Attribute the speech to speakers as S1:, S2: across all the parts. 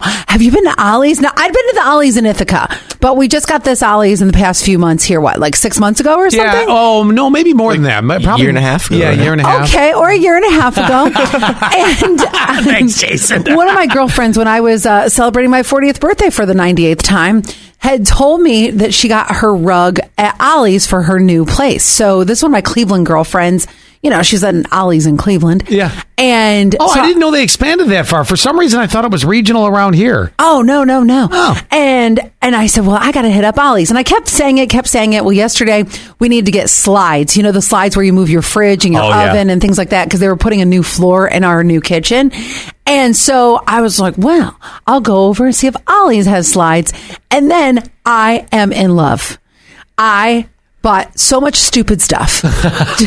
S1: Have you been to Ollie's? No, I'd been to the Ollie's in Ithaca, but we just got this Ollie's in the past few months here. What, like six months ago or something?
S2: Yeah. Oh no, maybe more than that. Ma- Probably
S3: year and a half ago,
S2: Yeah,
S3: right?
S2: year and a half.
S1: Okay, or a year and a half ago. and um,
S2: Thanks, Jason.
S1: one of my girlfriends, when I was uh, celebrating my 40th birthday for the 98th time, had told me that she got her rug at Ollie's for her new place. So this one of my Cleveland girlfriends, you know, she's at an Ollie's in Cleveland.
S2: Yeah.
S1: And
S2: Oh,
S1: so-
S2: I didn't know they expanded that far. For some reason, I thought it was regional around here.
S1: Oh no, no, no.
S2: Oh.
S1: And and I said, Well, I gotta hit up Ollie's. And I kept saying it, kept saying it. Well, yesterday we need to get slides, you know, the slides where you move your fridge and your
S2: Oh, yeah.
S1: oven and things like that, because they were putting a new floor in our new kitchen. And so I was like, Well, I'll go over and see if Ollie's has slides. And then I am in love. I bought so much stupid stuff.
S3: That's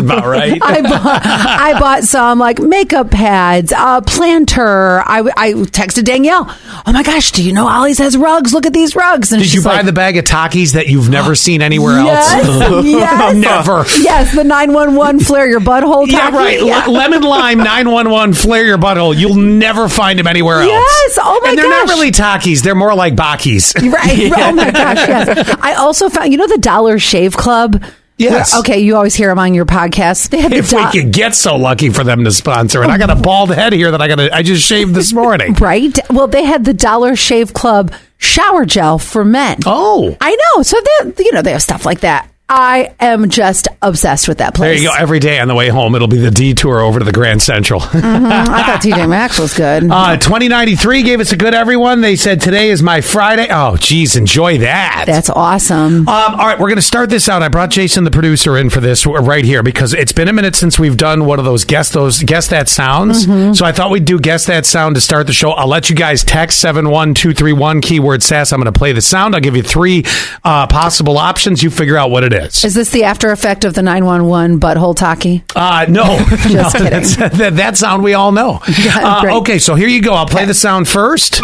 S3: about right.
S1: I bought, I bought some like makeup pads, a planter. I, I texted Danielle, oh my gosh, do you know Ollie's has rugs? Look at these rugs. And
S2: Did you
S1: she's
S2: buy
S1: like,
S2: the bag of Takis that you've never seen anywhere else?
S1: Yes, yes,
S2: Never.
S1: Yes, the 911 flare your butthole.
S2: Yeah,
S1: Taki.
S2: right.
S1: Yeah.
S2: Le- lemon lime 911 flare your butthole. You'll never find them anywhere else.
S1: Yes. Oh, my
S2: And they're not
S1: gosh.
S2: really Takis. They're more like Bakis.
S1: Right. Oh my gosh, yes. I also found, you know, the Dollar Shave Club?
S2: Yes.
S1: Where- okay, you always hear them on your podcast. They had
S2: If
S1: the
S2: we
S1: do-
S2: could get so lucky for them to sponsor it. I got a bald head here that I got to I just shaved this morning.
S1: Right? Well, they had the Dollar Shave Club shower gel for men.
S2: Oh.
S1: I know. So they, you know, they have stuff like that. I am just obsessed with that
S2: There
S1: place.
S2: you go. Every day on the way home, it'll be the detour over to the Grand Central.
S1: Mhm. I thought TJ Maxx was good.
S2: Uh, 2093 gave us a good everyone. They said today is my Friday. Oh, geez, enjoy that.
S1: That's awesome.
S2: Um, all right, we're going to start this out. I brought Jason, the producer, in for this right here because it's been a minute since we've done one of those guess those guess that sounds. So I thought we'd do guess that sound to start the show. I'll let you guys text seven one two three one keyword sass. I'm going to play the sound. I'll give you three uh, possible options. You figure out what it is.
S1: Is this the after effect of the 911 butthole talkie?
S2: Uh, no,
S1: Just
S2: No, that's- that, that sound we all know. Uh,
S1: great.
S2: okay, so here you go. I'll play the sound first.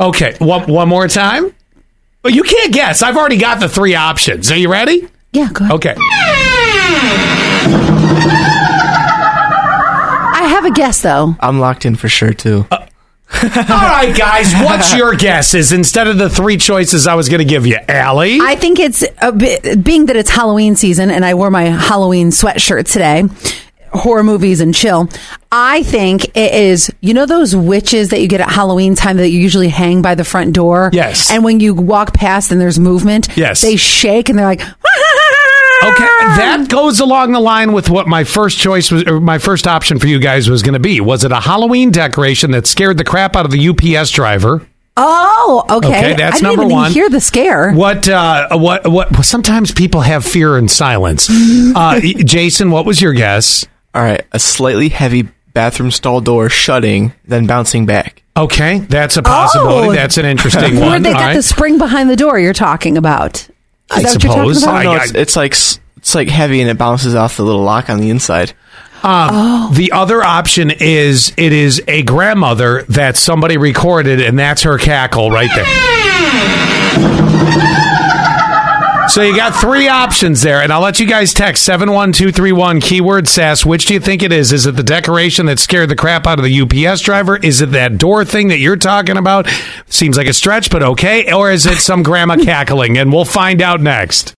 S2: Okay, one, one more time. Well, you can't guess. I've already got the three options. Are you ready?
S1: Yeah, go ahead.
S2: Okay. Oh.
S1: I have a guess, though.
S3: I'm locked in for sure too.
S2: All right, guys, what's your guesses instead of the three choices I was going to give you? Allie?
S1: I think it's a bit, being that it's Halloween season and I wore my Halloween sweatshirt today, horror movies and chill. I think it is, you know, those witches that you get at Halloween time that you usually hang by the front door?
S2: Yes.
S1: And when you walk past and there's movement,
S2: Yes.
S1: they shake and they're like,
S2: Okay,
S1: Ah!
S2: that goes along the line with what my first choice was, or my first option for you guys was going to be. Was it a Halloween decoration that scared the crap out of the UPS driver?
S1: Oh, okay.
S2: Okay, that's
S1: I didn't
S2: number
S1: even
S2: one.
S1: Hear the scare.
S2: What, uh, what, what? Sometimes people have fear in silence. Uh, Jason, what was your guess?
S3: All right, a slightly heavy bathroom stall door shutting, then bouncing back.
S2: Okay, that's a possibility.
S1: Oh.
S2: that's an interesting
S1: Where
S2: one.
S1: they
S2: All
S1: got
S2: right.
S1: the spring behind the door you're talking about. Is
S2: I
S1: that what you're talking
S2: suppose.
S1: about?
S2: I-
S3: No, it's, it's like s- it's like heavy and it bounces off the little lock on the inside.
S2: The other option is it is a grandmother that somebody recorded, and that's her cackle right there. So you got three options there, and I'll let you guys text seven one two three one keyword sass. Which do you think it is? Is it the decoration that scared the crap out of the UPS driver? Is it that door thing that you're talking about? Seems like a stretch, but okay. Or is it some grandma cackling? And we'll find out next.